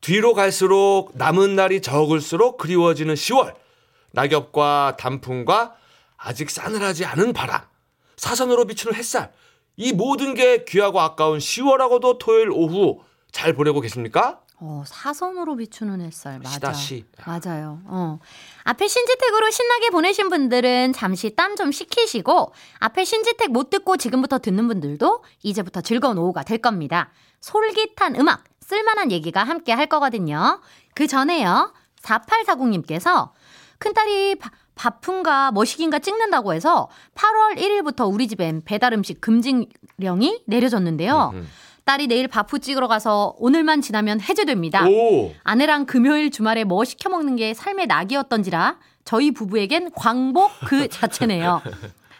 뒤로 갈수록 남은 날이 적을수록 그리워지는 10월. 낙엽과 단풍과 아직 싸늘하지 않은 바람. 사선으로 비추는 햇살. 이 모든 게 귀하고 아까운 10월하고도 토요일 오후 잘 보내고 계십니까? 어, 사선으로 비추는 햇살 시다, 맞아. 시. 맞아요. 어. 앞에 신지택으로 신나게 보내신 분들은 잠시 땀 좀 식히시고 앞에 신지택 못 듣고 지금부터 듣는 분들도 이제부터 즐거운 오후가 될 겁니다. 솔깃한 음악, 쓸만한 얘기가 함께 할 거거든요. 그 전에요. 4840님께서 큰딸이 바, 바쁜가 머시기인가 찍는다고 해서 8월 1일부터 우리 집엔 배달 음식 금지령이 내려졌는데요. 딸이 내일 바프 찍으러 가서 오늘만 지나면 해제됩니다. 오. 아내랑 금요일 주말에 뭐 시켜 먹는 게 삶의 낙이었던지라 저희 부부에겐 광복 그 자체네요.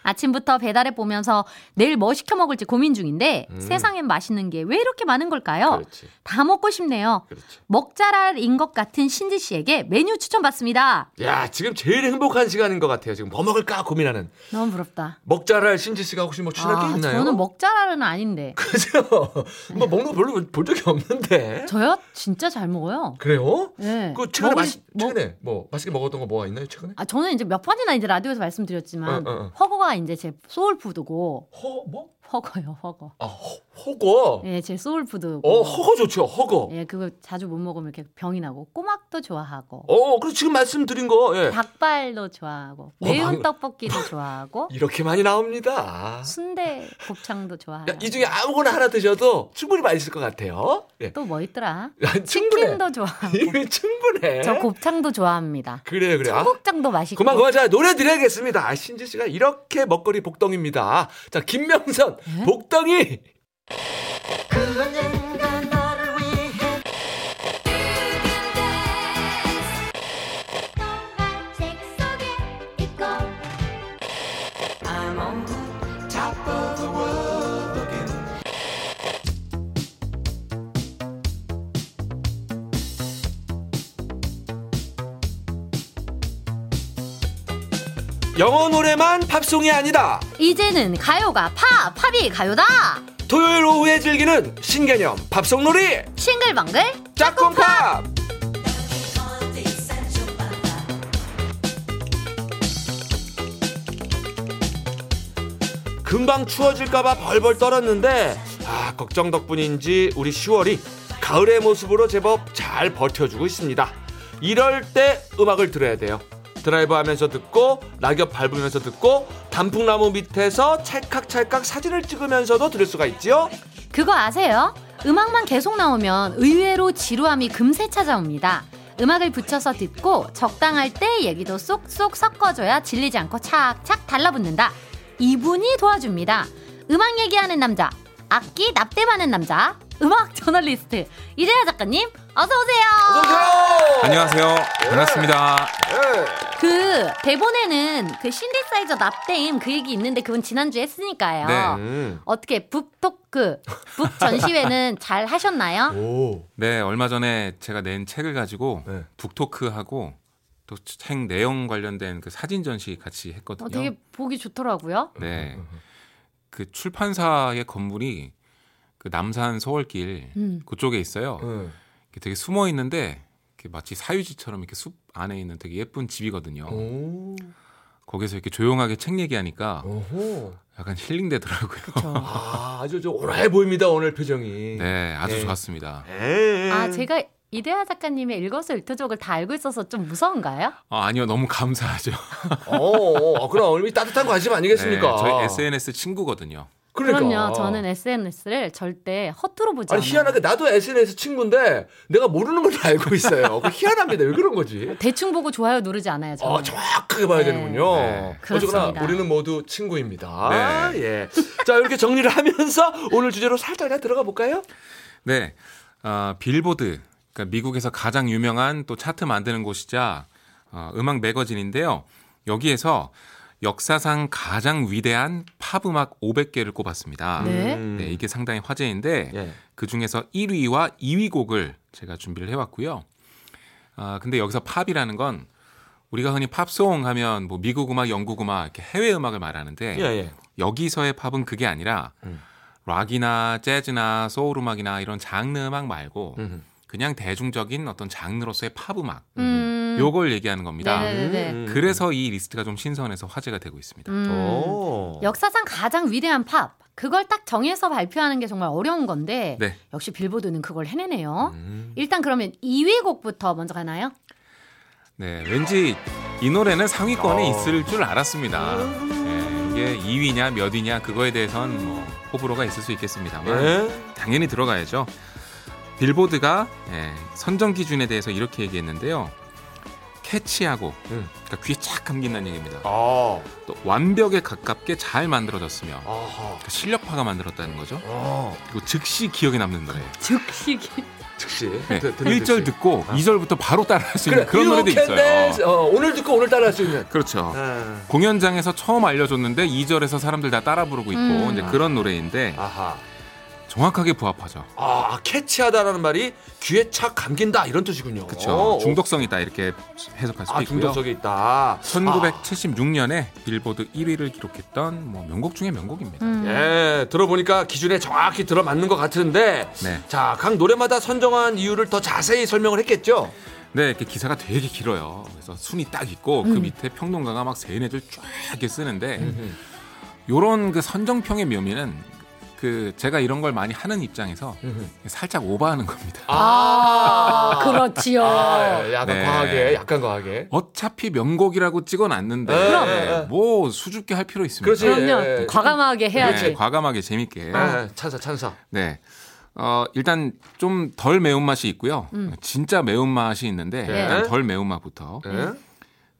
아침부터 배달해 보면서 내일 뭐 시켜 먹을지 고민 중인데 세상엔 맛있는 게 왜 이렇게 많은 걸까요? 음. 그렇지. 다 먹고 싶네요. 그렇지. 먹자랄인 것 같은 신지 씨에게 메뉴 추천받습니다. 야, 지금 제일 행복한 시간인 것 같아요. 지금 뭐 먹을까 고민하는. 너무 부럽다. 먹자랄 신지 씨가 혹시 뭐 추천할 아, 게 있나요? 저는 먹자랄은 아닌데. 그죠? 뭐 먹는 거 별로 본 적이 없는데. 저요? 진짜 잘 먹어요. 그래요? 네. 그 최근에 먹을- 맛 최근에 뭐 맛있게 먹었던 거 뭐가 있나요? 최근에? 아 저는 이제 몇 번이나 이제 라디오에서 말씀드렸지만 어, 어, 어. 허거가 이제 제 소울 푸드고 허 뭐? 허거요 허거. 아, 허, 허거. 예, 제 소울 푸드고. 어, 허거 좋죠. 허거. 예, 그거 자주 못 먹으면 이렇게 병이 나고 꼬막도 좋아하고 어, 그리고 지금 말씀드린 거. 예. 닭발도 좋아하고 어, 매운 막- 떡볶이도 좋아하고 이렇게 많이 나옵니다. 순대 곱창도 좋아하고 야, 이 중에 아무거나 하나 드셔도 충분히 맛있을 것 같아요. 예. 또 뭐 있더라? 야, 충분해. 치킨도 좋아하고 이거 충분해. 저 곱창도 좋아합니다. 그래 그래. 아, 청국장도 맛있고 네? 그만 그만 자 노래 드려야겠습니다. 아, 신지 씨가 이렇게 먹거리 복덩입니다. 자 김명선 네? 복덩이. 책 속에 있고 영어 노래만 팝송이 아니다. 이제는 가요가 팝 팝이 가요다. 토요일 오후에 즐기는 신개념 팝송놀이 싱글벙글 짝꿍팝. 금방 추워질까봐 벌벌 떨었는데 아 걱정 덕분인지 우리 10월이 가을의 모습으로 제법 잘 버텨주고 있습니다. 이럴 때 음악을 들어야 돼요. 드라이브 하면서 듣고 낙엽 밟으면서 듣고 단풍나무 밑에서 찰칵찰칵 사진을 찍으면서도 들을 수가 있지요. 그거 아세요? 음악만 계속 나오면 의외로 지루함이 금세 찾아옵니다. 음악을 붙여서 듣고 적당할 때 얘기도 쏙쏙 섞어줘야 질리지 않고 착착 달라붙는다. 이분이 도와줍니다. 음악 얘기하는 남자, 악기 납땜하는 남자, 음악 저널리스트 이재하 작가님 어서 오세요. 어서오세요. 안녕하세요. 반갑습니다. 그 대본에는 그 신디사이저 납땜 그 얘기 있는데 그건 지난주에 했으니까요. 네. 음. 어떻게 북토크, 북전시회는 잘 하셨나요? 오. 네, 얼마 전에 제가 낸 책을 가지고 네. 북토크하고 또 책 내용 관련된 그 사진 전시 같이 했거든요. 어, 되게 보기 좋더라고요. 음, 네. 그 출판사의 건물이 그 남산 서월길 음. 그쪽에 있어요. 이렇게 되게 숨어 있는데 이렇게 마치 사유지처럼 이렇게 숲 안에 있는 되게 예쁜 집이거든요. 음. 오. 거기서 이렇게 조용하게 책 얘기하니까 음. 오호. 약간 힐링되더라고요. 그렇죠. 아, 아주 저 오라해 보입니다 오늘 표정이. 네, 아주 네. 좋았습니다. 에이. 아 제가 이대하 작가님의 일거수일투족을 다 알고 있어서 좀 무서운가요? 아, 아니요, 너무 감사하죠. 어, 어, 그럼 얼마 따뜻한 관심 아니겠습니까? 네, 저희 SNS 친구거든요. 그러니까. 그럼요. 저는 SNS를 절대 허투루 보지 아니 않아요. 희한하게 나도 SNS 친구인데 내가 모르는 걸 다 알고 있어요. 그 희한합니다. 왜 그런 거지? 대충 보고 좋아요 누르지 않아요. 저는. 어, 정확하게 봐야 네. 되는군요. 네. 어쨌거나 그렇습니다. 우리는 모두 친구입니다. 네. 예. 자 이렇게 정리를 하면서 오늘 주제로 살짝 들어가 볼까요? 네, 어, 빌보드, 그러니까 미국에서 가장 유명한 또 차트 만드는 곳이자 어, 음악 매거진인데요. 여기에서 역사상 가장 위대한 팝 음악 500개를 꼽았습니다. 네. 음. 네, 이게 상당히 화제인데 예. 그 중에서 1위와 2위 곡을 제가 준비를 해왔고요. 아 근데 여기서 팝이라는 건 우리가 흔히 팝송 하면 뭐 미국 음악, 영국 음악 이렇게 해외 음악을 말하는데 예, 예. 여기서의 팝은 그게 아니라 음. 락이나 재즈나 소울 음악이나 이런 장르 음악 말고 음. 그 그냥 대중적인 어떤 장르로서의 팝 음악 음. 요걸 얘기하는 겁니다. 네네네. 음. 그래서 이 리스트가 좀 신선해서 화제가 되고 있습니다. 음. 오. 역사상 가장 위대한 팝. 그걸 딱 정해서 발표하는 게 정말 어려운 건데 네. 역시 빌보드는 그걸 해내네요. 음. 일단 그러면 2위 곡부터 먼저 가나요? 네, 왠지 이 노래는 상위권에 어. 있을 줄 알았습니다. 예, 이게 2위냐 몇 위냐 그거에 대해선 뭐 호불호가 있을 수 있겠습니다만 예? 당연히 들어가야죠. 빌보드가 예, 선정 기준에 대해서 이렇게 얘기했는데요. 캐치하고 음. 그러니까 귀에 착 감긴다는 얘기입니다. 아, 또 완벽에 가깝게 잘 만들어졌으며 아하. 그러니까 실력파가 만들었다는 거죠. 어, 그리고 즉시 기억에 남는 노래. 즉시 즉시. 네, 아, 드- 듣는 1절 듯이. 듣고 아. 이 2절부터 바로 따라할 수 있는 그런 노래도 이렇게 있어요. 내- 어, 오늘 듣고 오늘 따라 할 수 있는. 그렇죠. 아. 공연장에서 처음 알려줬는데 2절에서 사람들 다 따라 부르고 있고 음. 이제 그런 노래인데 아하. 정확하게 부합하죠. 아, 캐치하다라는 말이 귀에 착 감긴다 이런 뜻이군요. 어, 그렇죠. 중독성이 있다 이렇게 해석할 수도 아, 있고요. 중독성이 있다. 아, 1976년에 빌보드 1위를 기록했던 뭐 명곡 중의 명곡입니다. 음. 아, 예, 들어보니까 기준에 정확히 들어맞는 것 같은데. 네. 자, 각 노래마다 선정한 이유를 더 자세히 설명을 했겠죠? 네, 이렇게 기사가 되게 길어요. 그래서 순이 딱 있고 음. 그 밑에 평론가가 막 세네 줄쫙 이렇게 쓰는데 요런 그 선정평의 묘미는 그 제가 이런 걸 많이 하는 입장에서 살짝 오버하는 겁니다. 아, 그렇지요. 아, 약간 네. 과하게, 약간 과하게. 어차피 명곡이라고 찍어놨는데 그럼. 뭐 수줍게 할 필요 있습니까? 네. 그렇지. 그럼요. 예, 예. 과감하게 해야지. 네, 과감하게 재밌게. 예, 찬사, 찬사. 네. 어, 일단 좀 덜 매운맛이 있고요. 진짜 매운맛이 있는데 네. 일단 덜 매운맛부터. 예?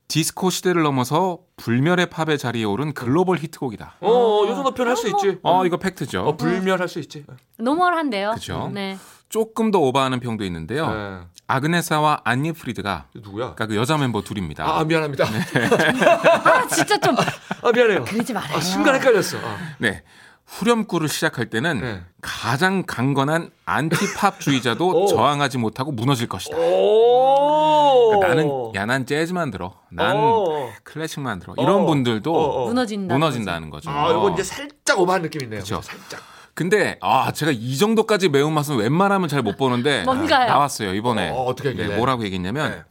디스코 시대를 넘어서 불멸의 팝의 자리에 오른 글로벌 히트곡이다. 어, 어, 요 정도 표현 할수 있지. 어, 이거 팩트죠. 어, 불멸할 수 있지. 노멀한데요. 그쵸. 네. 조금 더 오버하는 평도 있는데요. 예. 아그네사와 안니 프리드가 이거 누구야? 어. 그러니까 그 여자 멤버 둘입니다. 아, 미안합니다. 아 진짜 좀 아, 미안해요. 그러지 말아요. 아, 순간 헷갈렸어. 아. 네. 후렴구를 시작할 때는 네. 가장 강건한 안티팝주의자도 오. 저항하지 못하고 무너질 것이다. 오. 그러니까 나는 야 난 재즈만 들어. 난 오. 클래식만 들어. 어. 이런 분들도 어, 어. 무너진다. 무너진다는 거죠. 아, 요거 이제 살짝 오버한 느낌이네요. 어. 그쵸. 살짝. 근데 아, 제가 이 정도까지 매운맛은 웬만하면 잘 못 보는데 뭔가요? 나왔어요, 이번에. 어, 어떻게 얘기해? 네, 뭐라고 얘기했냐면 네.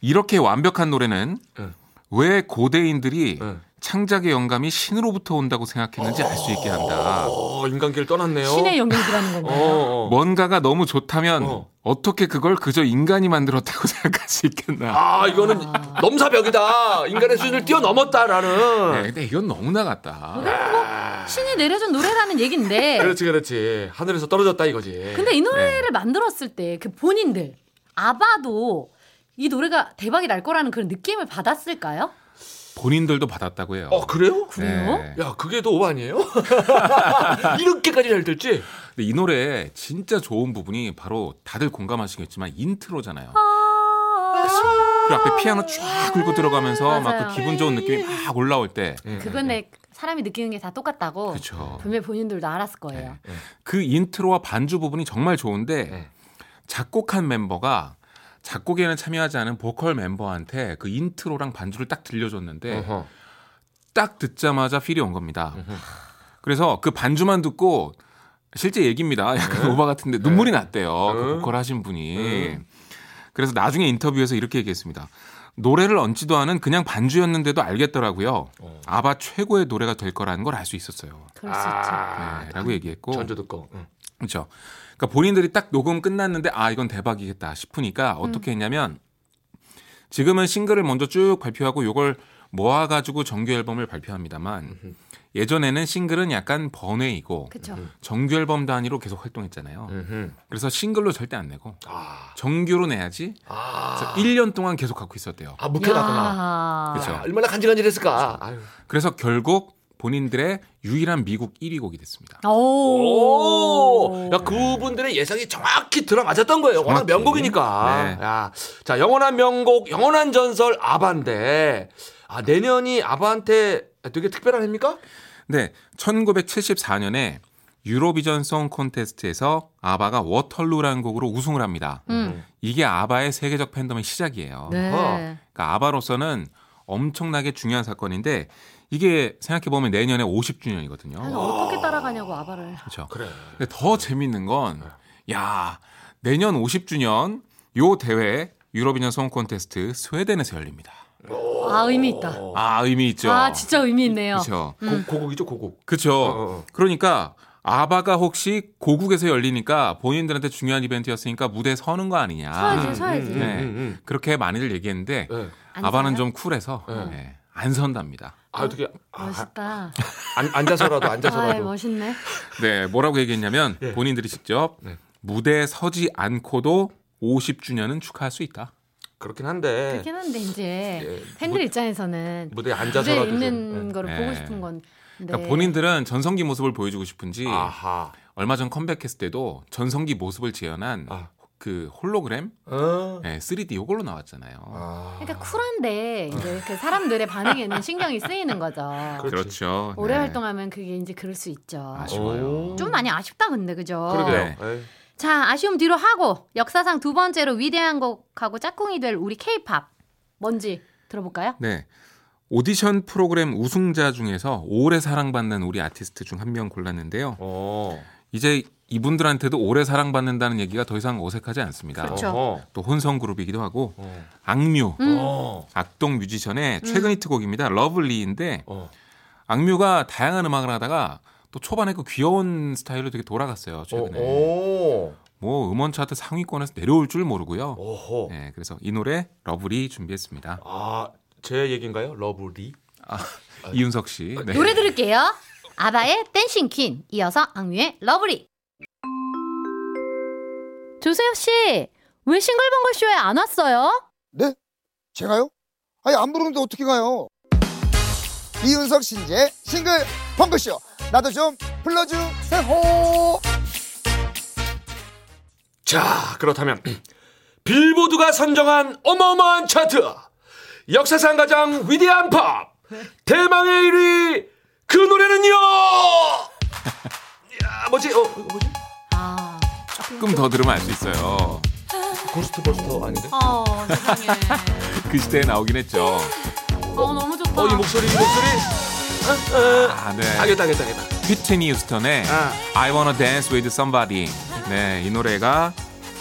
이렇게 완벽한 노래는 네. 왜 고대인들이 네. 창작의 영감이 신으로부터 온다고 생각했는지 알 수 있게 한다. 어, 인간길 떠났네요. 신의 영역이라는 어, 건가요? 어. 뭔가가 너무 좋다면 어. 어. 떻게 그걸 그저 인간이 만들었다고 생각할 수 있겠나. 아, 이거는 넘사벽이다. 인간의 수준을 네, 뛰어넘었다라는. 근데 이건 너무 나갔다. 신이 내려준 노래라는 얘긴데 그렇지, 그렇지. 하늘에서 떨어졌다 이거지. 근데 이 노래를 만들었을 때 그 본인들 아바도 이 노래가 대박이 날 거라는 그런 느낌을 받았을까요? 본인들도 받았다고 해요. 어, 그래요? 그래요? 네. 야, 그게 더 오버 아니에요? 이렇게까지 잘 될지? 근데 이 노래 진짜 좋은 부분이 바로 다들 공감하시겠지만 인트로잖아요. 그 앞에 피아노 쫙 긁고 들어가면서 막 네. 맞아요. 네. 그 기분 좋은 느낌이 막 올라올 때. 네. 그건 내 사람이 느끼는 게 다 똑같다고 그렇죠. 분명히 본인들도 알았을 거예요. 그 인트로와 반주 부분이 정말 좋은데 네. 작곡한 멤버가 작곡에는 참여하지 않은 보컬 멤버한테 그 인트로랑 반주를 딱 들려줬는데 어허. 딱 듣자마자 필이 온 겁니다. 그래서 그 반주만 듣고 실제 얘기입니다. 네. 약간 오바 같은데 눈물이 났대요. 그 음. 보컬 하신 분이. 음. 그래서 나중에 인터뷰에서 이렇게 얘기했습니다. 노래를 얹지도 않은 그냥 반주였는데도 알겠더라고요. 어. 아바 최고의 노래가 될 거라는 걸 알 수 있었어요. 그럴 수 있죠. 네, 라고 아, 얘기했고. 그 전주 듣고. 응. 그렇죠. 그러니까 본인들이 딱 녹음 끝났는데 아 이건 대박이겠다 싶으니까 음. 어떻게 했냐면 지금은 싱글을 먼저 쭉 발표하고 요걸 모아가지고 정규 앨범을 발표합니다만 예전에는 싱글은 약간 번외이고 그렇죠. 정규 앨범 단위로 계속 활동했잖아요. 음흠. 그래서 싱글로 절대 안 내고 아, 정규로 내야지. 그래서 아, 1년 동안 계속 갖고 있었대요. 아 묵혀놨구나. 그쵸. 야, 얼마나 간질간질했을까. 아유. 그래서 결국 본인들의 유일한 미국 1위 곡이 됐습니다. 오. 오, 야 그분들의 예상이 정확히 들어맞았던 거예요. 워낙 정확히. 명곡이니까. 네. 야, 자 영원한 명곡, 영원한 전설 아바인데, 아 내년이 아바한테 되게 특별한 해입니까? 네, 1974년에 유로비전 송 콘테스트에서 아바가 워털루라는 곡으로 우승을 합니다. 음. 이게 아바의 세계적 팬덤의 시작이에요. 네. 그러니까 아바로서는 엄청나게 중요한 사건인데 이게 생각해 보면 내년에 아, 50주년이거든요. 아니, 어떻게 따라가냐고 아바를. 그렇죠. 그래. 근데 더 재밌는 건 야, 내년 50주년 요 대회 유럽인연 송 콘테스트 스웨덴에서 열립니다. 아, 의미 있다. 어. 음. 아 의미 있죠. 아, 진짜 의미 있네요. 그렇죠. 고, 고국이죠 고국. 그렇죠. 어, 어. 그러니까 아바가 혹시 고국에서 열리니까 본인들한테 중요한 이벤트였으니까 무대에 서는 거 아니냐. 서야지, 서야지. 네. 그렇게 많이들 얘기했는데 음, 예. 안 아바는 서요? 좀 쿨해서 네. 예, 안 선답니다. 아 어떻게 아, 멋있다. 안, 앉아서라도 아, 앉아서라도. 멋있네. 네, 뭐라고 얘기했냐면 본인들이 직접 네. 무대에 서지 않고도 50주년은 축하할 수 있다. 그렇긴 한데 그렇긴 한데 이제 예, 팬들 입장에서는 무대에 무대에 앉아서라도 좀, 있는 거를 네. 보고 싶은 건. 네. 그러니까 본인들은 전성기 모습을 보여주고 싶은지 예. 아하. 얼마 전 컴백했을 때도 전성기 모습을 재현한 아. 그 홀로그램 어. 네, 3D 요걸로 나왔잖아요. 아. 그러니까 쿨한데 이제 그 사람들의 반응에는 신경이 쓰이는 거죠. 그렇지. 그렇죠. 오래 네. 활동하면 그게 이제 그럴 수 있죠. 아쉬워요. 오. 좀 많이 아쉽다 근데 그죠? 그러게요. 네. 에이. 자 아쉬움 뒤로 하고 역사상 두 번째로 위대한 곡하고 짝꿍이 될 우리 케이팝 뭔지 들어볼까요? 네. 오디션 프로그램 우승자 중에서 오래 사랑받는 우리 아티스트 중 한 명 골랐는데요. 어. 이제 이분들한테도 오래 사랑받는다는 얘기가 더 이상 어색하지 않습니다. 그렇죠. 어허. 또 혼성 그룹이기도 하고 어. 악뮤 음. 어. 악동 뮤지션의 최근 히트곡입니다. 러블리인데 어. 악뮤가 다양한 음악을 하다가 또 초반에 그 귀여운 스타일로 되게 돌아갔어요. 최근에 오. 뭐 음원 차트 상위권에서 내려올 줄 모르고요. 어허. 네, 그래서 이 노래 러블리 준비했습니다. 아, 제 얘기인가요? 러브리? 이윤석 씨. 네. 노래 들을게요. 아바의 댄싱 퀸 이어서 악뮤의 러브리. 조세혁 씨, 왜 싱글벙글 쇼에 안 왔어요? 네? 제가요? 아니 안 부르는데 어떻게 가요? 이윤석 신재 싱글 펑크쇼 나도 좀 불러주세요. 자, 그렇다면 빌보드가 선정한 어마어마한 차트. 역사상 가장 위대한 팝. 대망의 1위. 그 노래는요. 야, 뭐지? 어, 이거 뭐지? 아, 조금 더 들으면 알 수 있어요. 고스트 버스터 아닌데? 어 세상에. 그 시대에 나오긴 했죠. 어 너무 좋다. 어, 뭐 이 목소리, 이 목소리. 어, 어. 아, 네. 당했다, 당했다, 당했다. 휘트니 유스턴의 아. I Wanna Dance With Somebody. 네, 이 노래가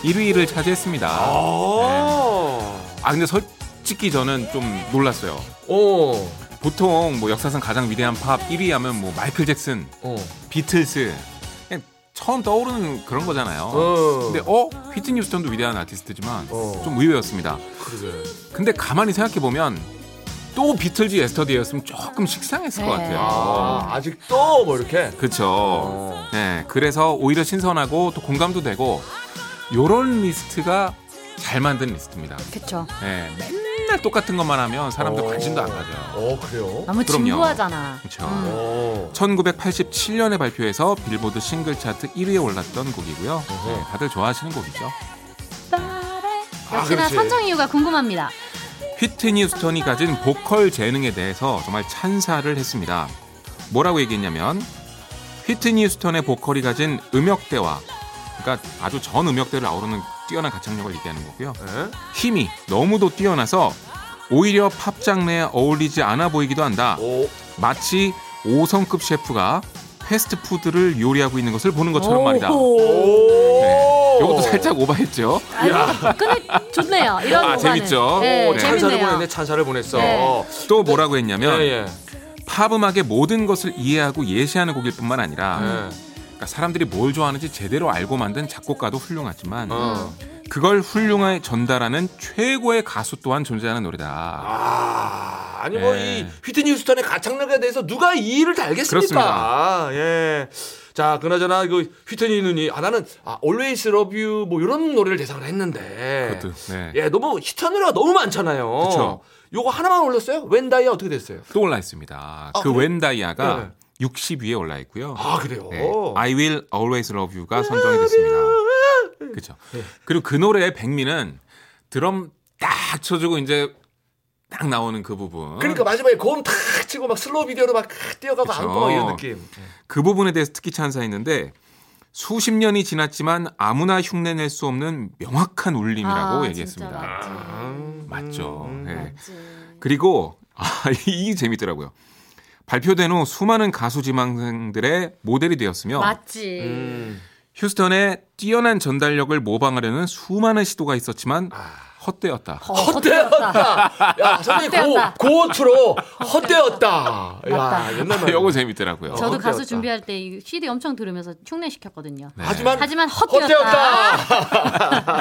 1위를 차지했습니다. 어. 아, 근데 솔직히 저는 좀 놀랐어요. 어. 보통 뭐 역사상 가장 위대한 팝 1위 하면 뭐 마이클 잭슨, 어. 비틀스. 그냥 처음 떠오르는 그런 거잖아요. 어. 근데 어? 휘트니 유스턴도 위대한 아티스트지만 어. 좀 의외였습니다. 그러게. 근데 가만히 생각해보면 또 비틀즈 에스터데이였으면 조금 식상했을 것 네. 같아요. 아, 아직도 뭐 이렇게. 그쵸. 어. 네, 그래서 오히려 신선하고 또 공감도 되고 요런 리스트가 잘 만든 리스트입니다. 그쵸. 네, 맨날 똑같은 것만 하면 사람들 어. 관심도 안 가져요. 어, 그래요? 너무 그럼요. 진부하잖아. 그쵸. 음. 어. 1987년에 발표해서 빌보드 싱글 차트 1위에 올랐던 곡이고요. 네, 다들 좋아하시는 곡이죠. 아, 역시나 그렇지. 선정 이유가 궁금합니다. 휘트니 스턴이 가진 보컬 재능에 대해서 정말 찬사를 했습니다. 뭐라고 얘기했냐면 휘트니 스턴의 보컬이 가진 음역대와 그러니까 아주 전 음역대를 아우르는 뛰어난 가창력을 얘기하는 거고요. 예? 힘이 너무도 뛰어나서 오히려 팝 장르에 어울리지 않아 보이기도 한다. 오, 마치 5성급 셰프가 패스트푸드를 요리하고 있는 것을 보는 것처럼 말이다. 오. 이것도 살짝 오바했죠. 아니, 근데 좋네요. 이런 아, 오가는. 재밌죠? 네, 오, 어, 찬사를 보냈네. 재밌네요. 찬사를 보냈어. 네. 또 뭐라고 했냐면 예, 예. 팝 음악의 모든 것을 이해하고 예시하는 곡일 뿐만 아니라 예. 그러니까 사람들이 뭘 좋아하는지 제대로 알고 만든 작곡가도 훌륭하지만 어. 그걸 훌륭하게 전달하는 최고의 가수 또한 존재하는 노래다. 아, 아니 뭐 예. 이 휘트니 휴스턴의 가창력에 대해서 누가 이의를 달겠습니까? 아, 예. 자, 그나저나 그 휘트니 눈이 아 나는 아 Always Love You 뭐 이런 노래를 대상을 했는데. 그것도, 네. 예, 너무 히트 노래가 너무 많잖아요. 그쵸. 요거 하나만 올렸어요? 웬다이아 어떻게 됐어요? 또 올라 있습니다. 그 웬다이아가 60위에 올라 네. 있고요. 아, 그래요. 네, I Will Always Love You가 선정이 됐습니다. 그렇죠. 네. 그리고 그 노래의 백미는 드럼 딱 쳐주고 이제 딱 나오는 그 부분. 그러니까 마지막에 고음 탁 치고 막 슬로우 비디오로 막 뛰어가고 그쵸. 안고 막 이런 느낌. 그 부분에 대해서 특히 찬사했는데 수십 년이 지났지만 아무나 흉내낼 수 없는 명확한 울림이라고 아, 얘기했습니다. 진짜 음. 맞죠. 음. 네. 맞지. 그리고 아, 이 재밌더라고요. 발표된 후 수많은 가수 지망생들의 모델이 되었으며 맞지. 음. 휴스턴의 뛰어난 전달력을 모방하려는 수많은 시도가 있었지만 아. 헛되었다. 헛되었다. 야, 선생님, 헛되었다. 고, 고트로 헛되었다. 야, 맞다. 옛날 말. 아, 요거 재밌더라고요. 저도 헛되었다. 가수 준비할 때이 CD 엄청 들으면서 흉내시켰거든요. 네. 하지만, 하지만 헛되었다. 아, 헛되었다.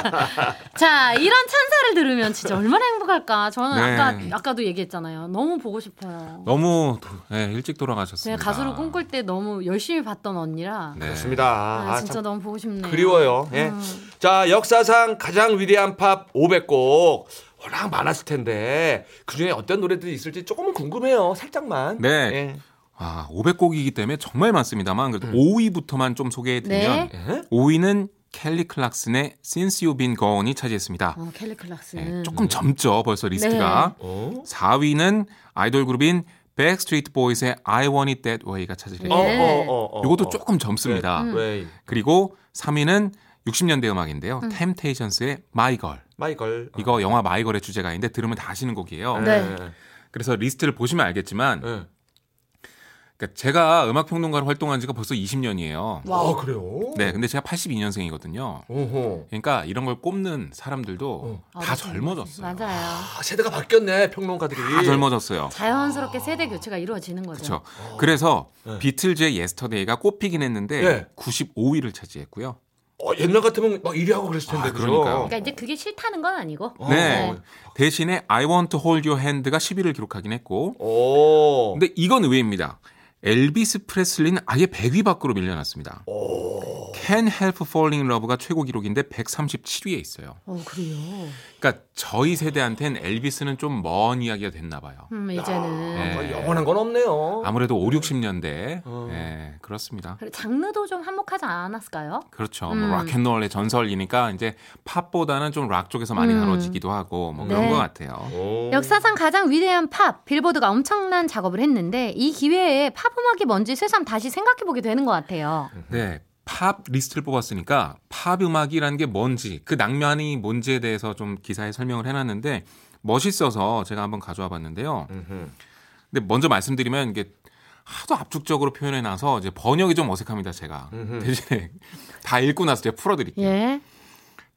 자, 이런 찬사를 들으면 진짜 얼마나 행복할까. 저는 네. 아까 아까도 얘기했잖아요. 너무 보고 싶어요. 너무 도- 네, 일찍 제가 돌아가셨습니다. 가수를 꿈꿀 때 너무 열심히 봤던 언니라 네. 그렇습니다. 아, 아, 진짜 참 너무 보고 싶네요. 음. 그리워요. 예. 자, 역사상 가장 위대한 팝 500곡. 워낙 많았을 텐데, 그 중에 어떤 노래들이 있을지 조금은 궁금해요. 살짝만. 네. 예. 아, 500곡이기 때문에 정말 많습니다만 그래도 5위부터만 좀 소개해드리면 음. 네. 예? 5위는 켈리 클락슨의 Since You've Been Gone이 차지했습니다. 어, 켈리 클락스는 네, 조금 젊죠 벌써 리스트가. 네. 어? 4위는 아이돌 그룹인 Backstreet Boys의 I Want It That Way가 차지했고 어, 요 네. 어, 어, 어, 예. 이것도 어. 조금 젊습니다. 음. 왜, 왜, 그리고 3위는 60년대 음악인데요. Temptations의 My Girl. 마이걸. 예, 이거 영화 마이걸의 주제가인데 들으면 다 아시는 곡이에요. 네. 그래서 리스트를 보시면 알겠지만 네. 그러니까 제가 음악 평론가로 활동한 지가 벌써 20년이에요. 아, 그래요? 네, 근데 제가 82년생이거든요. 오호. 그러니까 이런 걸 꼽는 사람들도 어, 다 맞아요. 젊어졌어요. 맞아요. 예. 아, 세대가 바뀌었네, 평론가들이. 다 젊어졌어요. 자연스럽게 세대 교체가 이루어지는 거죠. 아. 그렇죠. 그래서 네. 비틀즈의 예스터데이가 꼽히긴 했는데 네. 95위를 차지했고요. 어, 옛날 같으면 막 1위 하고 그랬을 텐데. 아, 그죠? 그러니까요. 그러니까 이제 그게 싫다는 건 아니고. 어. 네. 대신에 I Want to Hold Your Hand가 10위를 기록하긴 했고 오. 근데 이건 의외입니다. 엘비스 프레슬리는 아예 100위 밖으로 밀려났습니다. 어. Can Help Falling in Love가 최고 기록인데 137위에 있어요. 어, 그래요. 그러니까 저희 세대한텐 엘비스는 좀 먼 이야기가 됐나 봐요. 음, 이제는. 네. 아, 영원한 건 없네요. 아무래도 5, 60년대. 어. 예, 그렇습니다. 그리고 장르도 좀 한몫하지 않았을까요? 그렇죠. 음. 뭐 락앤롤의 전설이니까 이제 팝보다는 좀 락 쪽에서 많이 음. 다뤄지기도 하고 뭐 그런 네. 것 같아요. 오. 역사상 가장 위대한 팝, 빌보드가 엄청난 작업을 했는데 이 기회에 팝 음악이 뭔지 새삼 다시 생각해보게 되는 것 같아요. 네. 팝 리스트를 뽑았으니까 팝 음악이라는 게 뭔지 그 낭만이 뭔지에 대해서 좀 기사에 설명을 해놨는데 멋있어서 제가 한번 가져와 봤는데요. 음흠. 근데 먼저 말씀드리면 이게 하도 압축적으로 표현해놔서 이제 번역이 좀 어색합니다 제가 음흠. 대신에 다 읽고 나서 제가 풀어드릴게요. 예.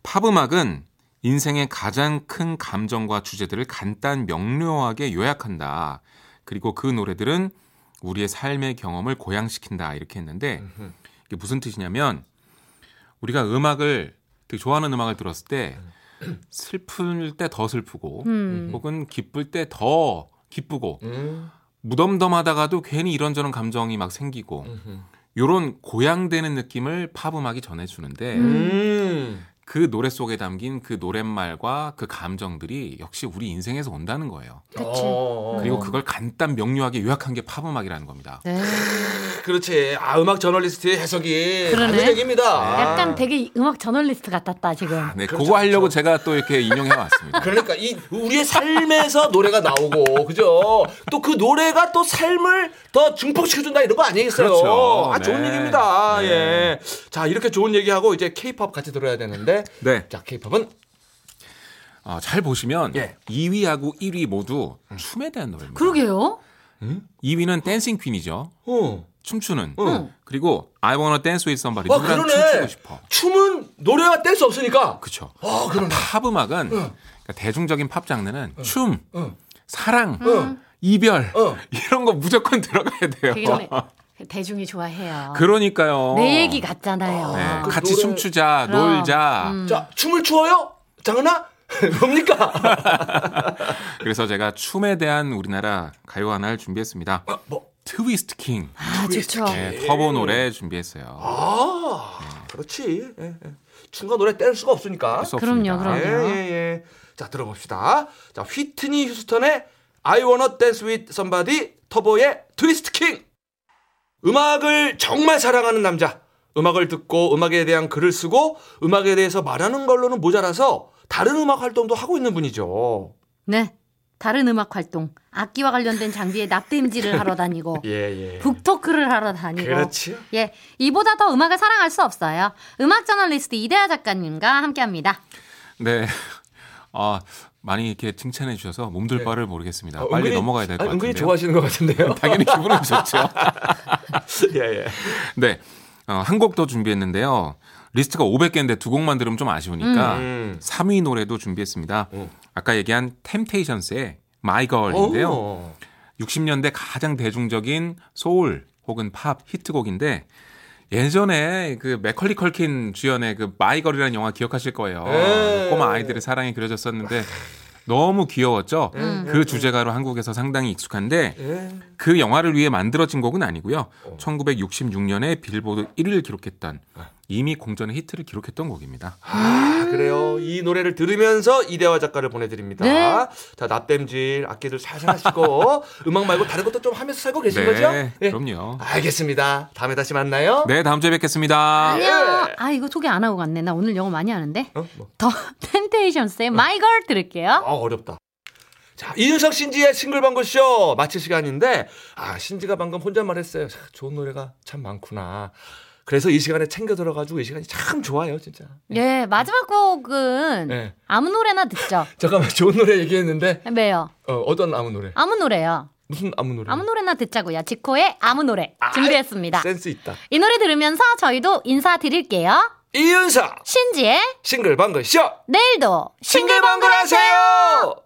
팝 음악은 인생의 가장 큰 감정과 주제들을 간단 명료하게 요약한다. 그리고 그 노래들은 우리의 삶의 경험을 고양시킨다. 이렇게 했는데 음흠. 이게 무슨 뜻이냐면 우리가 음악을 되게 좋아하는 음악을 들었을 때 음. 슬플 때 더 슬프고 음. 혹은 기쁠 때 더 기쁘고 음. 무덤덤하다가도 괜히 이런저런 감정이 막 생기고 음흠. 요런 고양되는 느낌을 팝 음악이 전해주는데 음. 음. 그 노래 속에 담긴 그 노랫말과 그 감정들이 역시 우리 인생에서 온다는 거예요. 그치. 음. 어, 어. 그리고 그걸 간단 명료하게 요약한 게 팝음악이라는 겁니다. 네. 그렇지. 아, 음악 저널리스트의 해석이 그러네. 맞는 얘기입니다. 약간 되게 음악 저널리스트 같았다, 지금. 네, 그렇죠, 그거 하려고 그렇죠. 제가 또 이렇게 인용해 왔습니다. 그러니까 이 우리의 삶에서 노래가 나오고 그죠? 또 그 노래가 또 삶을 더 증폭시켜준다 이런 거 아니겠어요? 그렇죠. 아 좋은 네. 얘기입니다. 네. 예. 자 이렇게 좋은 얘기하고 이제 K-팝 같이 들어야 되는데 네, 자 K-팝은 어, 잘 보시면 예. 음. 2위하고 1위 모두 춤에 대한 노래입니다. 그러게요. 2위는 댄싱 퀸이죠. 어. 춤추는. 응. 그리고 I wanna dance with somebody. 아 누구랑 그러네. 춤추고 싶어. 춤은 노래와 뗄 수 없으니까. 그렇죠. 아 그러네. 팝 음악은 그러니까 대중적인 팝 장르는 춤, 응. 사랑, 응. 이별 응. 이런 거 무조건 들어가야 돼요. 되게 좀 대중이 좋아해요. 그러니까요. 내 얘기 같잖아요. 네, 그 같이 노래- 춤추자, 그럼. 음. 놀자. 자 춤을 추어요? 장은아 뭡니까? 그래서 제가 춤에 대한 우리나라 가요 하나를 준비했습니다. 아, 뭐. 트위스트 킹. 아, 좋죠. 예. 네, 터보 노래 준비했어요. 아 그렇지. 예, 예. 춤과 노래 뗄 수가 없으니까. 할수 그럼요, 없습니다. 그럼요. 예, 예, 예. 자, 들어봅시다. 자, 휘트니 휴스턴의 I wanna dance with somebody, 터보의 트위스트 킹! 음악을 정말 사랑하는 남자. 음악을 듣고 음악에 대한 글을 쓰고 음악에 대해서 말하는 걸로는 모자라서 다른 음악 활동도 하고 있는 분이죠. 네. 다른 음악 활동, 악기와 관련된 장비에 납땜질을 하러 다니고, 예, 예. 음, 북토크를 하러 다니고. 그렇지요. 예, 이보다 더 음악을 사랑할 수 없어요. 음악 저널리스트 이대하 작가님과 함께합니다. 네. 아, 많이 이렇게 칭찬해 주셔서 몸둘 바를 모르겠습니다. 어, 빨리 은근히- 넘어가야 될 것 아니, 같은데요. 은근히 좋아하시는 것 같은데요. 네. 당연히 기분은 좋죠. 예, 예. 네. 어, 한 곡 더 준비했는데요. 리스트가 500개인데 두 곡만 들으면 좀 아쉬우니까 음. 3위 노래도 준비했습니다. 어. 아까 얘기한 템테이션스의 마이 걸인데요. 60년대 가장 대중적인 소울 혹은 팝 히트곡인데 예전에 그 맥컬리 컬킨 주연의 그 마이걸이라는 영화 기억하실 거예요. 예. 꼬마 아이들의 사랑이 그려졌었는데 너무 귀여웠죠. 예. 음. 그 주제가로 한국에서 상당히 익숙한데 그 영화를 위해 만들어진 곡은 아니고요. 1966년에 빌보드 1위를 기록했던 이미 공전의 히트를 기록했던 곡입니다. 아, 그래요. 이 노래를 들으면서 이대화 작가를 보내드립니다. 네. 자, 납땜질, 악기들 살살 하시고, 음악 말고 다른 것도 좀 하면서 살고 계신 거죠? 예. 네, 그럼요. 알겠습니다. 다음에 다시 만나요. 네, 다음 주에 뵙겠습니다. 안녕. 예. 아 이거 소개 안 하고 갔네. 나 오늘 영어 많이 하는데. 어? 뭐. 더 텐테이션스의 마이 걸 들을게요. 네. 아, 어렵다. 자, 이윤석 신지의 싱글벙글쇼 마칠 시간인데, 아, 신지가 방금 혼잣말 했어요. 자, 좋은 노래가 참 많구나. 그래서 이 시간에 챙겨 들어가지고 이 시간이 참 좋아요, 진짜. 예 마지막 곡은 네. 아무 노래나 듣죠. 잠깐만, 좋은 노래 얘기했는데, 왜요? 어, 어떤 아무 노래? 아무 노래요. 무슨 아무 노래? 아무 노래나 듣자고요. 지코의 아무 노래 준비했습니다. 센스 있다. 이 노래 들으면서 저희도 인사드릴게요. 이윤석 신지의 싱글벙글쇼! 내일도 싱글벙글 싱글벙글 하세요!